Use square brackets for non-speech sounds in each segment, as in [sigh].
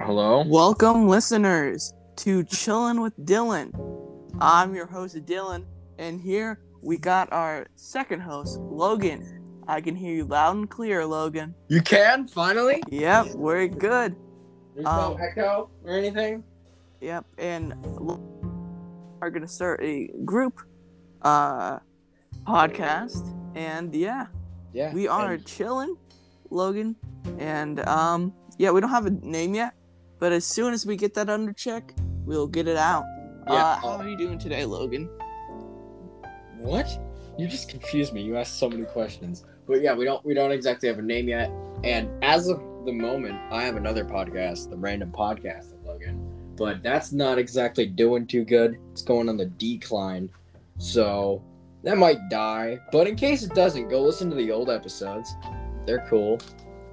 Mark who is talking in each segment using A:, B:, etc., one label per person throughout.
A: Hello?
B: Welcome, listeners, to Chillin' with Dylan. I'm your host, Dylan, and here we got our second host, Logan. I can hear you loud and clear, Logan.
A: You can finally?
B: Yep, we're good.
A: There's
B: Um,
A: no echo or anything?
B: Yep, and Lo- are gonna start a group uh podcast, and yeah,
A: Yeah. [laughs]
B: we are
A: and-
B: chilling, Logan, and um yeah, we don't have a name yet, but as soon as we get that under check, we'll get it out. Uh,
A: Yeah.
B: how are you doing today, Logan?
A: What? You just confused me. You asked so many questions. But yeah, we don't we don't exactly have a name yet. And as of the moment, I have another podcast, the Random Podcast of Logan. But that's not exactly doing too good. It's going on the decline. So that might die. But in case it doesn't, go listen to the old episodes. They're cool.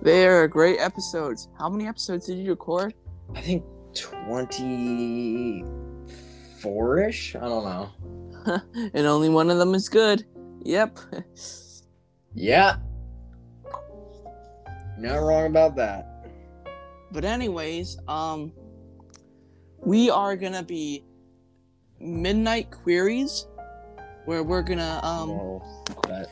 B: They are great episodes. How many episodes did you record?
A: I think 24 ish. I don't know.
B: And only one of them is good. Yep. [laughs]
A: Yeah. Not wrong about that.
B: But anyways, um we are going to be midnight queries where we're going to um
A: No, but-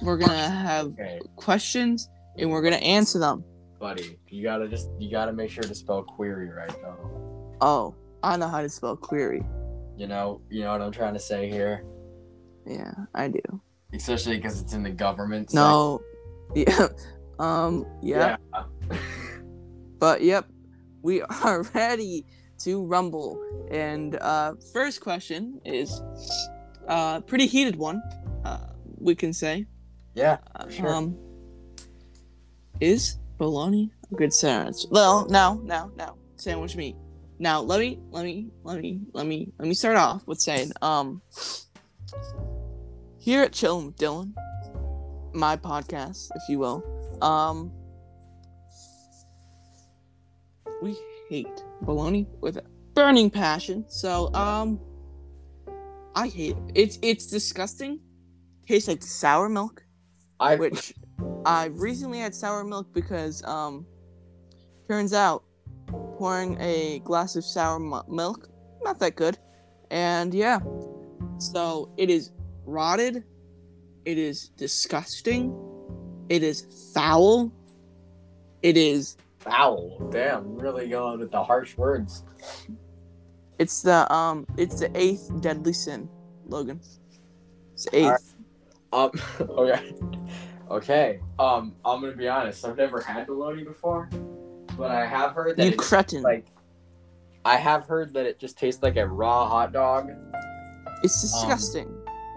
B: we're going to have
A: okay,
B: questions and we're going to answer them.
A: buddy, you gotta just you gotta make sure to spell query right though.
B: Oh, I know how to spell query.
A: You know, you know what I'm trying to say here,
B: Yeah, I do.
A: especially because it's in the government. sec-
B: No. Yeah. [laughs] Um yeah. But yep, we [laughs] are ready to rumble. And uh, first question is a uh, pretty heated one, uh, we can say.
A: Yeah.
B: Uh,
A: Sure.
B: Um, is bologna a good sandwich? Well, now, now, now, sandwich meat. Now, let me, let me, let me, let me, let me start off with saying, um, here at Chillin' with Dylan, my podcast, if you will, um, we hate bologna with a burning passion. So, um, I hate it. It's it's disgusting. Tastes like sour milk
A: I
B: which I recently had sour milk because um turns out pouring a glass of sour mu- milk not that good and yeah so it is rotted it is disgusting it is foul it is
A: foul. Damn, really going with the harsh words.
B: it's the um it's the eighth deadly sin Logan it's the eighth
A: Alright. Um. [laughs] Okay. Okay. Um. I'm gonna be honest. I've never had bologna before, but I have heard that
B: you
A: it's
B: cretin
A: like. I have heard that it just tastes like a raw hot dog.
B: it's disgusting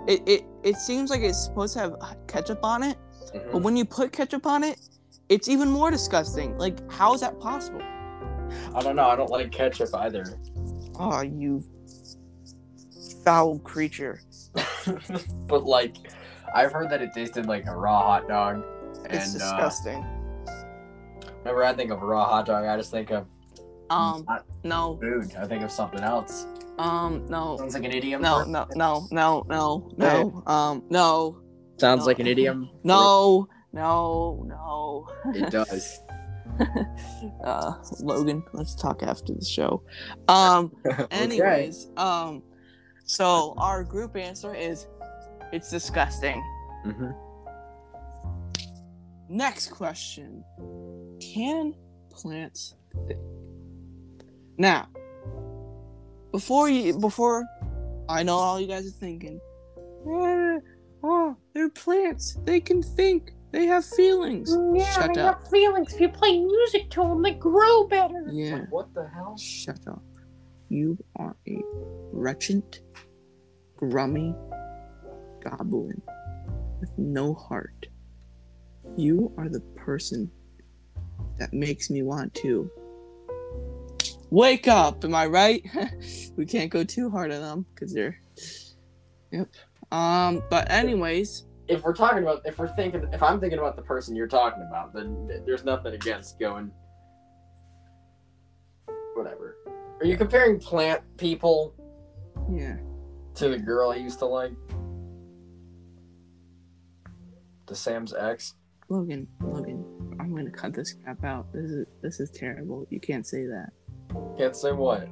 B: it, it it seems like it's supposed to have ketchup on it
A: Mm-hmm.
B: But when you put ketchup on it, it's even more disgusting. Like, how is that possible?
A: I don't know. I don't like ketchup either. [laughs]
B: Oh, you foul creature.
A: but like, I've heard that it tasted like a raw hot dog. And
B: It's disgusting.
A: Uh, whenever I think of a raw hot dog, I just think of
B: um,
A: not
B: no,
A: food. I think of something else.
B: um, no,
A: Sounds like an idiom.
B: no,
A: for-
B: no, no, no, no, no, um, no,
A: Sounds
B: no.
A: like an idiom. for-
B: no, no, no. [laughs]
A: It does. [laughs]
B: Uh, Logan, let's talk after the show. Um,
A: [laughs] Okay.
B: anyways, um, so our group answer is, it's disgusting.
A: Mhm.
B: Next question. Can plants think? Now, before you before I know all you guys are thinking, "Ah, oh, they're plants. They can think. They have feelings.
C: Mm, Yeah,
B: Shut
C: they
B: up.
C: have feelings. If you play music to them, they grow better.
B: Yeah.
A: Like, what the hell?
B: Shut up. You are a wretched, grummy goblin with no heart. You are the person that makes me want to wake up. Am I right? [laughs] we can't go too hard on them because they're. Yep. Um. But anyways,
A: If we're talking about, if we're thinking, if I'm thinking about the person you're talking about, then th- there's nothing against going. Whatever. Are you comparing plant people
B: yeah.
A: to the girl I used to like. To Sam's ex.
B: Logan, Logan, I'm gonna cut this crap out. This is this is terrible. You can't say that.
A: Can't say what.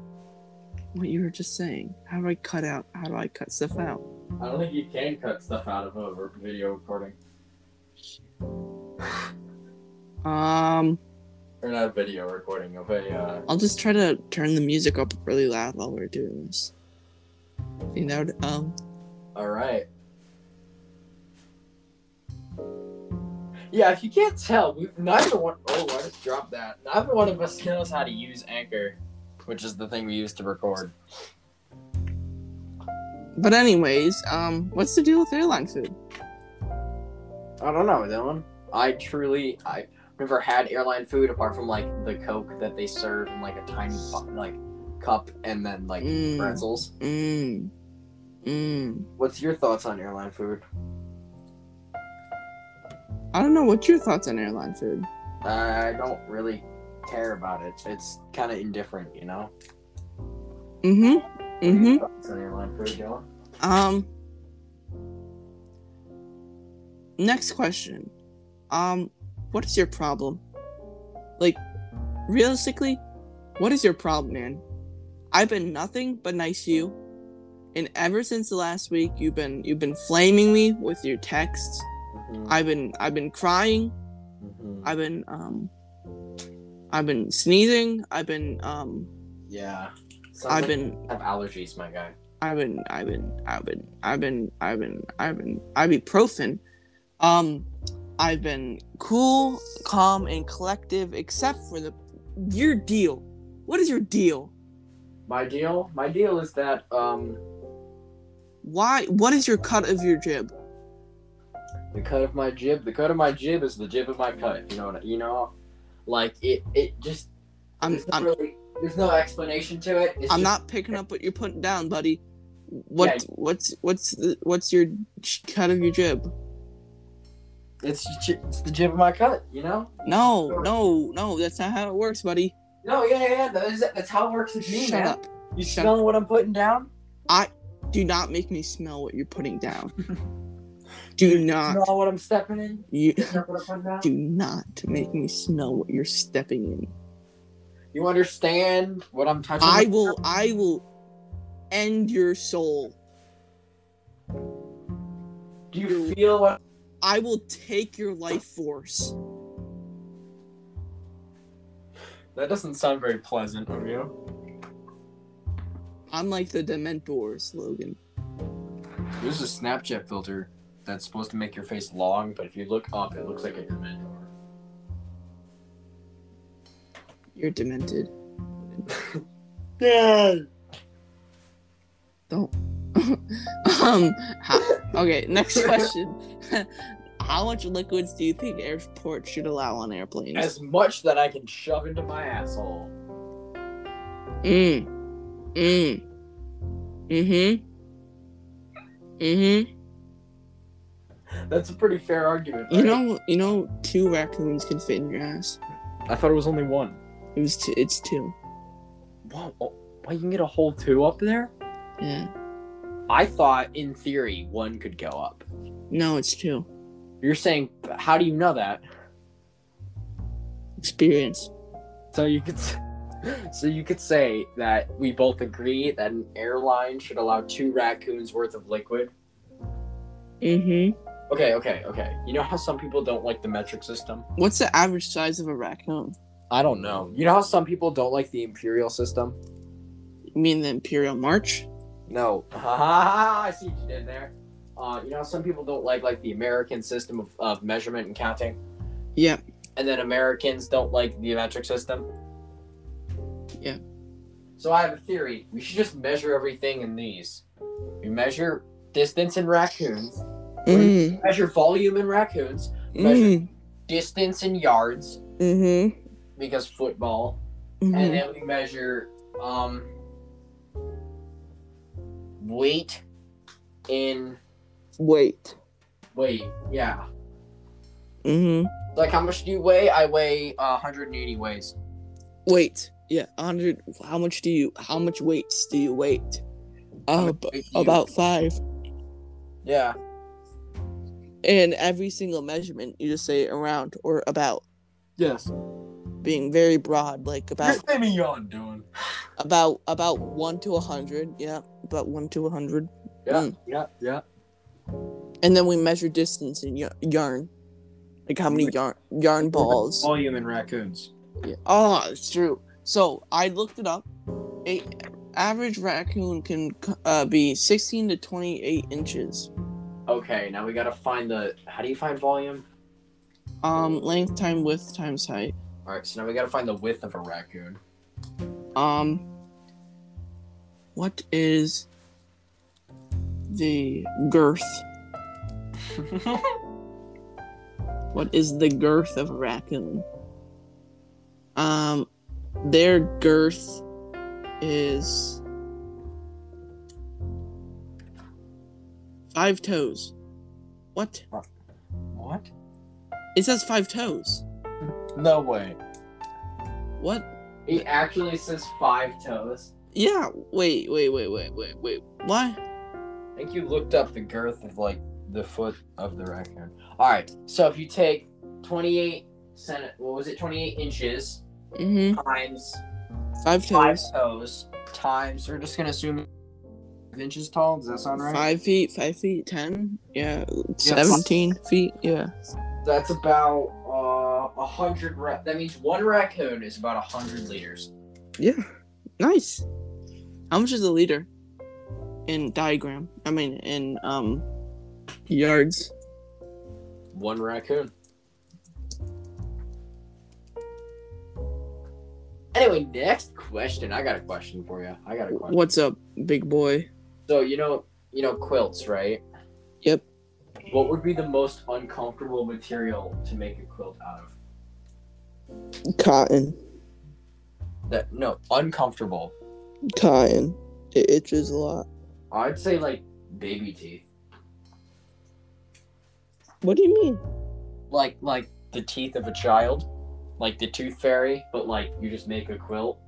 B: What you were just saying. How do I cut out? How do I cut stuff out?
A: I don't think you can cut stuff out of a re- video recording.
B: Um,
A: Or not a video recording, of a, uh,
B: I'll just try to turn the music up really loud while we're doing this. You know, um,
A: alright. Yeah, if you can't tell, we, neither one, oh, I just dropped that. Neither one of us knows how to use Anchor, which is the thing we use to record.
B: but anyways, um, what's the deal with airline food?
A: I don't know, Dylan. I truly, I never had airline food apart from like the Coke that they serve in like a tiny bu- like cup and then like
B: Mm.
A: pretzels.
B: Mmm. Mmm.
A: What's your thoughts on airline food?
B: I don't know. What's your thoughts on airline food?
A: I don't really care about it. It's kind of indifferent, you know.
B: Mm-hmm. Mm-hmm.
A: Thoughts on airline food, Dylan?
B: Um. Next question. Um, what is your problem? Like, realistically, what is your problem, man? I've been nothing but nice to you, and ever since the last week, you've been you've been flaming me with your texts.
A: Mhm,
B: I've been I've been crying.
A: mhm.
B: I've been um. I've been sneezing. I've been um.
A: Yeah. Sounds
B: I've
A: like
B: been
A: you have allergies, my guy.
B: I've been, I've been, I've been, I've been, I've been, I've been, ibuprofen. Um, I've been cool, calm, and collective, except for the your deal. What is your deal?
A: My deal, my deal is that um
B: Why? What is your cut of your jib?
A: the cut of my jib, the cut of my jib is the jib of my cut. You know what I, you know, like it, it just
B: I'm,
A: there's, no
B: I'm,
A: really, there's no explanation to it. It's
B: I'm
A: just-
B: not picking up what you're putting down, buddy. What, what's, what's, the, what's your j- cut of your jib?
A: It's j- it's the jib of my cut, you know.
B: No, no, no. That's not how it works, buddy.
A: No, yeah, yeah, yeah. That's, that's how it works with me,
B: Shut
A: man.
B: up.
A: You
B: Shut
A: smelling what I'm putting down?
B: Do not make me smell what you're putting
A: [laughs]
B: down. Do not.
A: Smell what I'm stepping in?
B: You
A: You Smell what I'm putting down?
B: do not make me smell what you're stepping in.
A: You understand what I'm touching?
B: I
A: with?
B: will I will end your soul.
A: Do you feel what?
B: I will take your life force.
A: That doesn't sound very pleasant of you.
B: I'm like the Dementors, Logan.
A: There's a Snapchat filter that's supposed to make your face long, but if you look up, it looks like a Dementor.
B: You're demented.
A: Yeah.
B: Don't. um. how- okay. Next question. [laughs] how much liquids do you think airports should allow on airplanes?
A: As much that I can shove into my asshole.
B: Mm. Mm. Mm-hmm. Mm-hmm.
A: That's a pretty fair argument.
B: You
A: right?
B: know. You know. Two raccoons can fit in your ass.
A: I thought it was only one.
B: It was. T- it's two.
A: Whoa, oh, why you can get a whole two up there?
B: Yeah.
A: I thought, in theory, one could go up.
B: No, it's two.
A: You're saying, how do you know that?
B: Experience.
A: So you could, s- [laughs] so you could say that we both agree that an airline should allow two raccoons worth of liquid.
B: Mm-hmm.
A: Okay, okay, okay. You know how some people don't like the metric system?
B: What's the average size of a raccoon?
A: I don't know. You know how some people don't like the imperial system?
B: You mean the Imperial March?
A: No. [laughs] I see what you did there. Uh, you know how some people don't like like the American system of, of measurement and counting,
B: Yeah.
A: and then Americans don't like the metric system.
B: Yeah.
A: So I have a theory. We should just measure everything in these. We measure distance in raccoons.
B: Mm.
A: Measure volume in raccoons.
B: Mm.
A: Mm-hmm. Distance in yards
B: Mm-hmm.
A: because football. and
B: Mm-hmm.
A: then we measure um weight in
B: Wait.
A: weight yeah
B: Mm-hmm.
A: like how much do you weigh i weigh uh, 180 weighs
B: Wait. Yeah. Hundred. How much do you? How much weights do you weight? Uh,
A: much weight do you-
B: about five.
A: yeah
B: And every single measurement, you just say around or about.
A: yes
B: being very broad, like about
A: [laughs] Simeon doing?
B: about about one to a hundred. Yeah, about one to a hundred.
A: Yeah,
B: Mm.
A: yeah, yeah.
B: And then we measure distance in y- yarn, like how many yarn yarn balls.
A: Volume in raccoons.
B: Yeah. Oh, it's true. So I looked it up. A average raccoon can uh, be 16 to 28 inches.
A: Okay, now we gotta find the. How do you find volume?
B: Um, length time width times height.
A: All right, so now we gotta find the width of a raccoon.
B: Um, what is the [laughs] girth? What is the girth of a raccoon? Um, their girth is five toes. What?
A: what?
B: It says five toes.
A: No way.
B: What?
A: He actually says five toes.
B: Yeah. Wait. Wait. Wait. Wait. Wait. Wait. Why?
A: I think you looked up the girth of like the foot of the raccoon. All right, so if you take 28 cent, what was it, 28 inches
B: Mm-hmm.
A: times
B: Five
A: five
B: toes.
A: toes times, we're just gonna assume inches tall. Does that sound right?
B: Five feet. Five feet. Ten. Yeah. Seventeen feet. Yeah.
A: That's about uh, a hundred. Ra- that means one raccoon is about a hundred liters.
B: Yeah. Nice. How much is a liter in diagram? I mean, in um yards.
A: One raccoon. Anyway, next question. I got a question for you. I got a question.
B: What's up, big boy?
A: So you know, you know quilts, right?
B: Yep.
A: What would be the most uncomfortable material to make a quilt out of?
B: Cotton.
A: That no, uncomfortable.
B: Cotton. It itches a lot.
A: I'd say like baby teeth.
B: What do you mean?
A: Like like the teeth of a child, like the tooth fairy, but like you just make a quilt.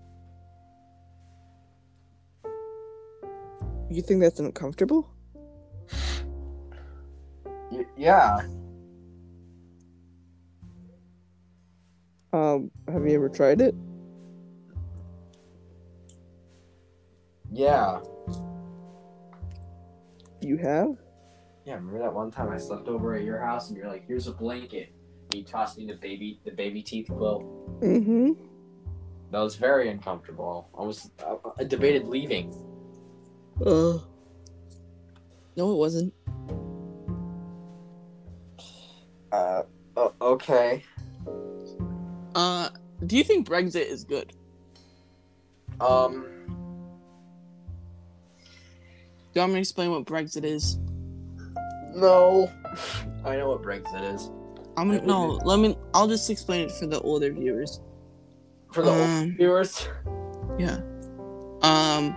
B: You think that's uncomfortable?
A: Y- yeah.
B: Um, have you ever tried it?
A: Yeah.
B: You have?
A: Yeah, remember that one time I slept over at your house and you're like, here's a blanket. And you tossed me the baby the baby teeth quilt.
B: Mm-hmm.
A: That was very uncomfortable. I was I, I debated leaving.
B: Uh. No, it wasn't.
A: Uh o- okay.
B: Uh, do you think Brexit is good?
A: Um
B: Do you want me to explain what Brexit is?
A: no. [laughs] I know what Brexit is.
B: I'm
A: I
B: gonna, no.
A: wouldn't.
B: Let me. I'll just explain it for the older viewers.
A: For the
B: Um,
A: old viewers. [laughs]
B: Um,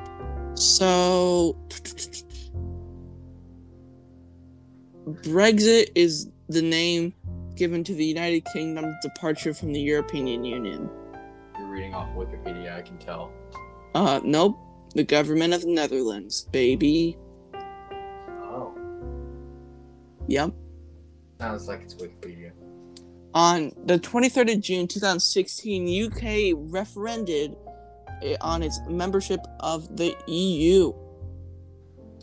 B: so Brexit is the name given to the United Kingdom's departure from the European Union.
A: You're reading off Wikipedia, I can tell.
B: Uh, nope, the government of the Netherlands, baby.
A: Oh.
B: Yep.
A: Sounds like it's Wikipedia.
B: On the 23rd of June 2016, UK referended eh, on its membership of the EU.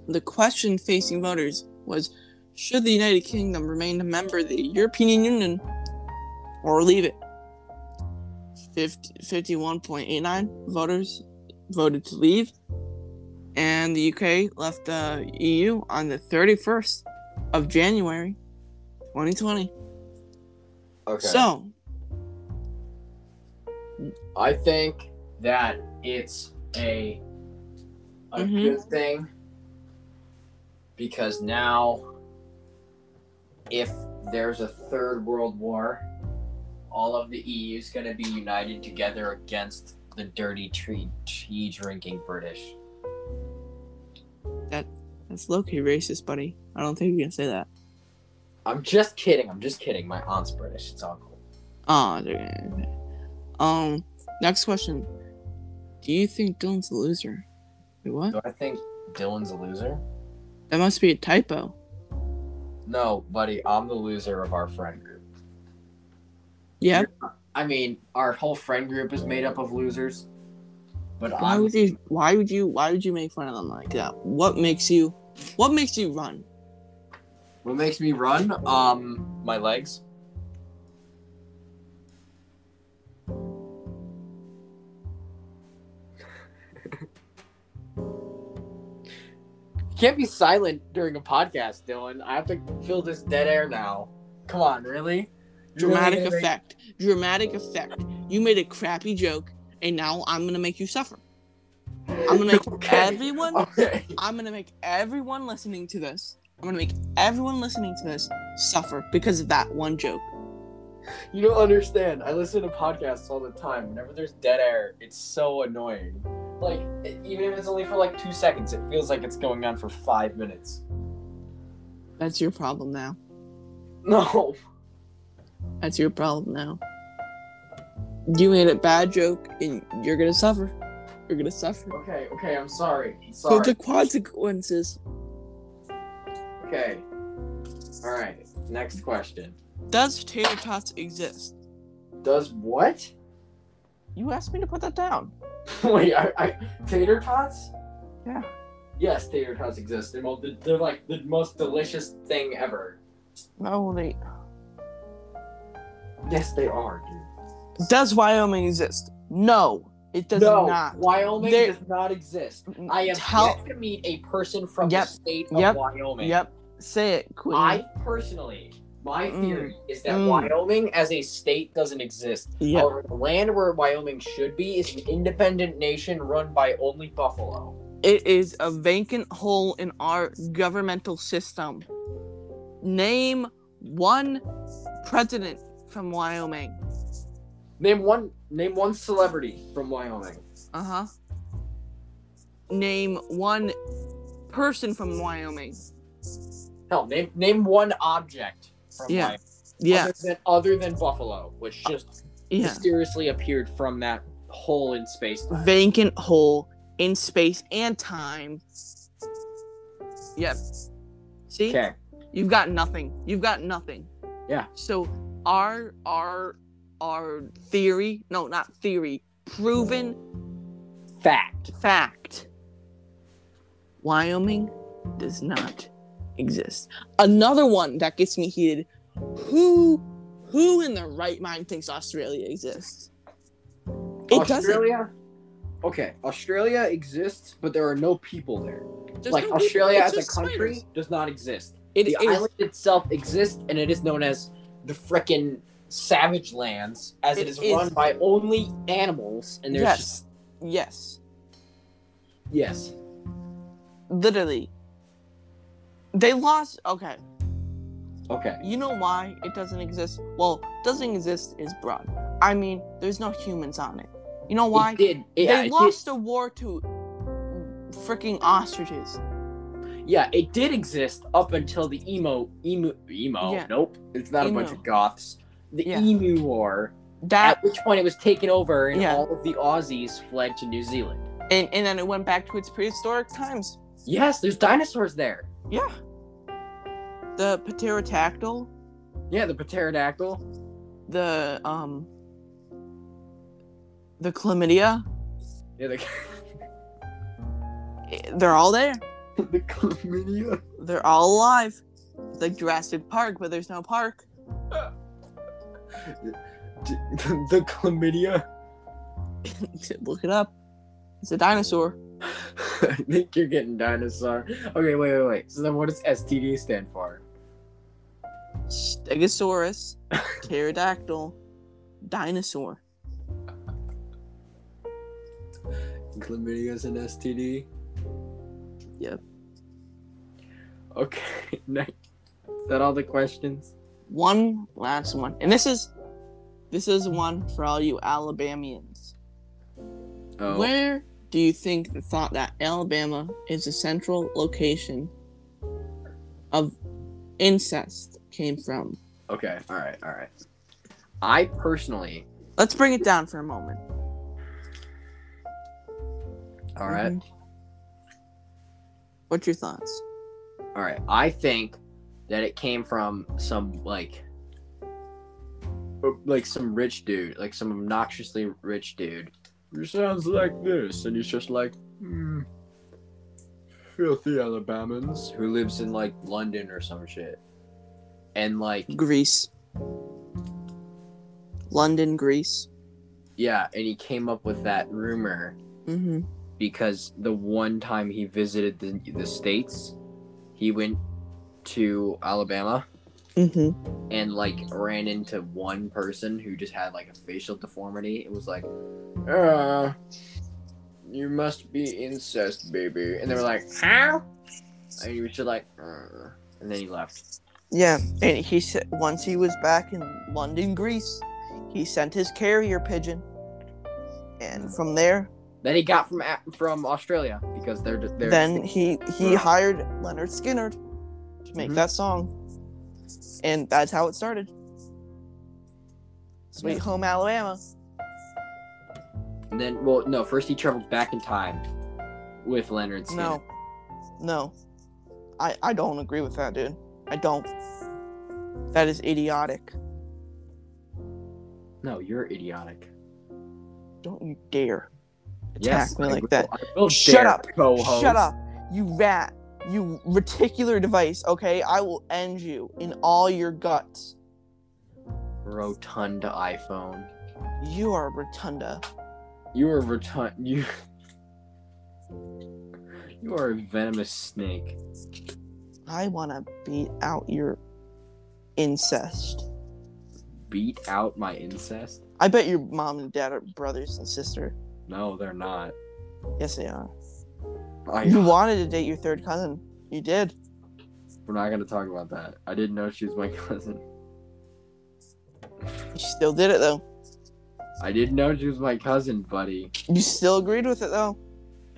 B: The question facing voters was should the United Kingdom remain a member of the European Union or leave it? 50, 51.89 voters voted to leave, and the UK left the EU on the 31st of January 2020.
A: Okay.
B: So,
A: I think that it's a a
B: Mhm.
A: good thing because now if there's a third world war, all of the EU is going to be united together against the dirty tree tea drinking British.
B: That's low key racist, buddy. I don't think you can say that.
A: I'm just kidding. I'm just kidding. My aunt's British. It's all cool.
B: Oh, okay. um, next question. Do you think Dylan's a loser? Wait, what?
A: Do I think Dylan's a loser?
B: That must be a typo.
A: No, buddy. I'm the loser of our friend group.
B: Yeah.
A: I mean, our whole friend group is made up of losers. But um,
B: Why
A: I'm,
B: would you? Why would you? Why would you make fun of them like that? What makes you? What makes you run?
A: what makes me run? Um, my legs. You can't be silent during a podcast, Dylan. I have to fill this dead air now. Come on, really? You're really
B: Dramatic
A: gonna make-
B: effect. Dramatic effect. You made a crappy joke, and now I'm gonna make you suffer. I'm gonna
A: [laughs]
B: make
A: Okay. Oh.
B: everyone.
A: Okay.
B: I'm gonna make everyone listening to this. I'm gonna make everyone listening to this suffer because of that one joke.
A: You don't understand. I listen to podcasts all the time. Whenever there's dead air, it's so annoying. Like, e- even if it's only for like two seconds, it feels like it's going on for five minutes. [laughs]
B: That's your problem now.
A: No.
B: That's your problem now. You made a bad joke, and you're gonna suffer. You're gonna suffer.
A: Okay, okay, I'm sorry. I'm
B: So
A: sorry.
B: the consequences.
A: Okay. Alright, next question.
B: Does tater tots exist?
A: Does what? [laughs]
B: You asked me to put that down.
A: Wait, I, I, tater tots?
B: Yeah.
A: Yes, tater tots exist. They're, mo- they're like the most delicious thing ever.
B: No, wait.
A: Yes, they are, dude.
B: Does Wyoming exist? No, it does
A: no,
B: not.
A: Wyoming
B: They-
A: does not exist. I have
B: Tell-
A: yet to meet a person from
B: Yep.
A: the state of
B: Yep.
A: Wyoming.
B: Yep. Say it, Queen.
A: I personally, my
B: Mm.
A: theory is that
B: Mm.
A: Wyoming as a state doesn't exist.
B: Yep.
A: However, the land where Wyoming should be is an independent nation run by only buffalo.
B: It is a vacant hole in our governmental system. Name one president from Wyoming.
A: Name one. Name one celebrity from Wyoming.
B: Uh huh. Name one person from Wyoming.
A: Hell, name name one object from
B: Yeah.
A: Wyoming.
B: Yeah.
A: Other than, other than buffalo, which just
B: Yeah.
A: mysteriously appeared from that hole in space.
B: vacant hole in space and time. Yep. See,
A: Okay.
B: you've got nothing. You've got nothing.
A: Yeah.
B: So our our our theory, no, not theory, proven
A: Fact.
B: fact. Wyoming does not exist. Another one that gets me heated. Who who in their right mind thinks Australia exists? It doesn't.
A: Australia. Okay, Australia exists, but there are no people there.
B: There's
A: like
B: no people,
A: Australia
B: it's
A: as a
B: just
A: country
B: spiders.
A: does not exist.
B: It,
A: The
B: it is-
A: island itself exists, and it is known as the frickin' Savage Lands, as
B: It
A: it is,
B: is.
A: run by only animals. And there's
B: Yes.
A: just-
B: Yes,
A: yes,
B: literally. They lost. Okay,
A: okay,
B: you know why it doesn't exist? Well, doesn't exist is broad. I mean, there's no humans on it. You know why?
A: It did yeah,
B: they
A: it
B: lost the war to freaking ostriches.
A: did, yeah, it did exist up until the emo emo emo.
B: Yeah.
A: Nope, it's not a bunch
B: Emo.
A: of goths. The
B: Yeah.
A: Emu War,
B: That
A: at which point it was taken over, and
B: Yeah.
A: all of the Aussies fled to New Zealand.
B: and, and then it went back to its prehistoric times.
A: Yes, there's dinosaurs there.
B: Yeah. The pterotactyl,
A: Yeah, the pterodactyl.
B: the um, the chlamydia,
A: Yeah, the, [laughs]
B: eh, they're all there.
A: the chlamydia. [laughs]
B: They're all alive. It's like Jurassic Park, but there's no park. [laughs]
A: The, the chlamydia.
B: Look it up. It's a dinosaur.
A: I think you're getting dinosaur. Okay, wait, wait, wait. So then what does STD stand for?
B: Stegosaurus, pterodactyl, dinosaur.
A: Chlamydia is an STD?
B: Yep.
A: Okay, [laughs] nice. Is that all the questions?
B: One last one, and this is this is one for all you Alabamians.
A: Oh.
B: Where do you think the thought that Alabama is a central location of incest came from?
A: Okay, alright, alright. I personally,
B: Let's bring it down for a moment.
A: alright,
B: Mhm. What's your thoughts?
A: alright, I think that it came from some, like, or, like some rich dude, like some obnoxiously rich dude. It sounds like this, and he's just like, hmm, filthy Alabamans who lives in like London or some shit, and like
B: Greece. London, Greece.
A: yeah, and he came up with that rumor
B: Mm-hmm.
A: because the one time he visited the the states, he went to Alabama
B: Mm-hmm.
A: and like ran into one person who just had like a facial deformity. It was like, uh, you must be incest, baby. And they were like,
C: How?
A: and he was just like, uh, and then he left.
B: Yeah, and he said once he was back in London, Greece, he sent his carrier pigeon, and from there,
A: Then he got from A- from Australia because they're they're
B: then he he hired Leonard Skinner to make
A: Mhm.
B: that song, and that's how it started. Sweet
A: Yeah.
B: Home Alabama.
A: and then well no first he traveled back in time with Leonard Skinner.
B: No, no, I I don't agree with that, dude. I don't. That is idiotic.
A: No, you're idiotic.
B: Don't you dare attack
A: yes,
B: me
A: I Oh,
B: like
A: will-
B: that.
A: I will
B: Shut
A: dare,
B: up.
A: co-host.
B: Shut up, you rat, you reticular device. Okay, I will end you in all your guts.
A: Rotunda iPhone.
B: You are rotunda.
A: You are rotund. [laughs] You. You are a venomous snake.
B: I want to beat out your incest.
A: Beat out my incest?
B: I bet your mom and dad are brothers and sister.
A: No, they're not.
B: Yes, they are.
A: I,
B: You wanted to date your third cousin. You did.
A: we're not gonna talk about that. I didn't know she was my [laughs] cousin.
B: You still did it though.
A: I didn't know she was my cousin, buddy.
B: You still agreed with it though.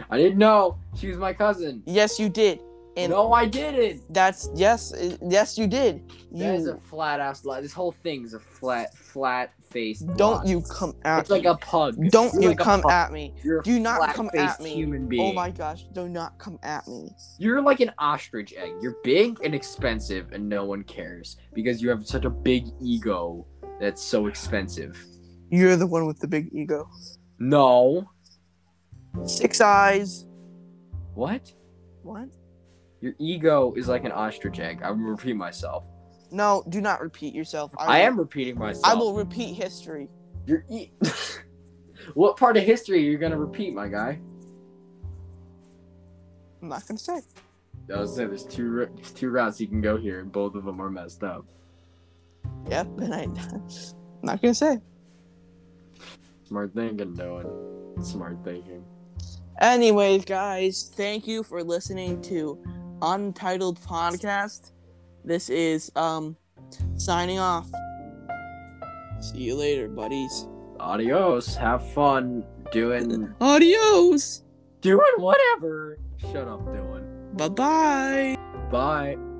A: I didn't know she was my cousin.
B: Yes, you did. And
A: no, I didn't.
B: that's yes, it- yes, you did. You
A: That is a flat ass lie. This whole thing's a flat, flat face.
B: don't you come at
A: It's like
B: me.
A: a pug.
B: don't
A: You're
B: you
A: like a
B: come
A: pug.
B: at me.
A: You're a
B: do not come
A: flat-faced
B: at me.
A: Human being.
B: Oh my gosh, do not come at me.
A: You're like an ostrich egg. You're big and expensive, and no one cares because you have such a big ego that's so expensive.
B: You're the one with the big ego.
A: No.
B: Six eyes.
A: What?
B: What?
A: Your ego is like an ostrich egg. I will repeat myself.
B: No, do not repeat yourself.
A: I,
B: will-
A: am repeating myself.
B: I will repeat history.
A: Your e- [laughs] what part of history are you gonna repeat, my guy?
B: I'm not gonna say.
A: I was saying there's two ro- there's two routes you can go here, and both of them are messed up.
B: Yep, [laughs] and I, am not gonna say.
A: Smart thinking, Noah. Smart thinking.
B: Anyways, guys, thank you for listening to Untitled Podcast. This is um signing off. See you later, buddies.
A: Adios. Have fun doing
B: [laughs] Adios.
A: doing whatever. Shut up, Dylan.
B: Bye bye.
A: Bye.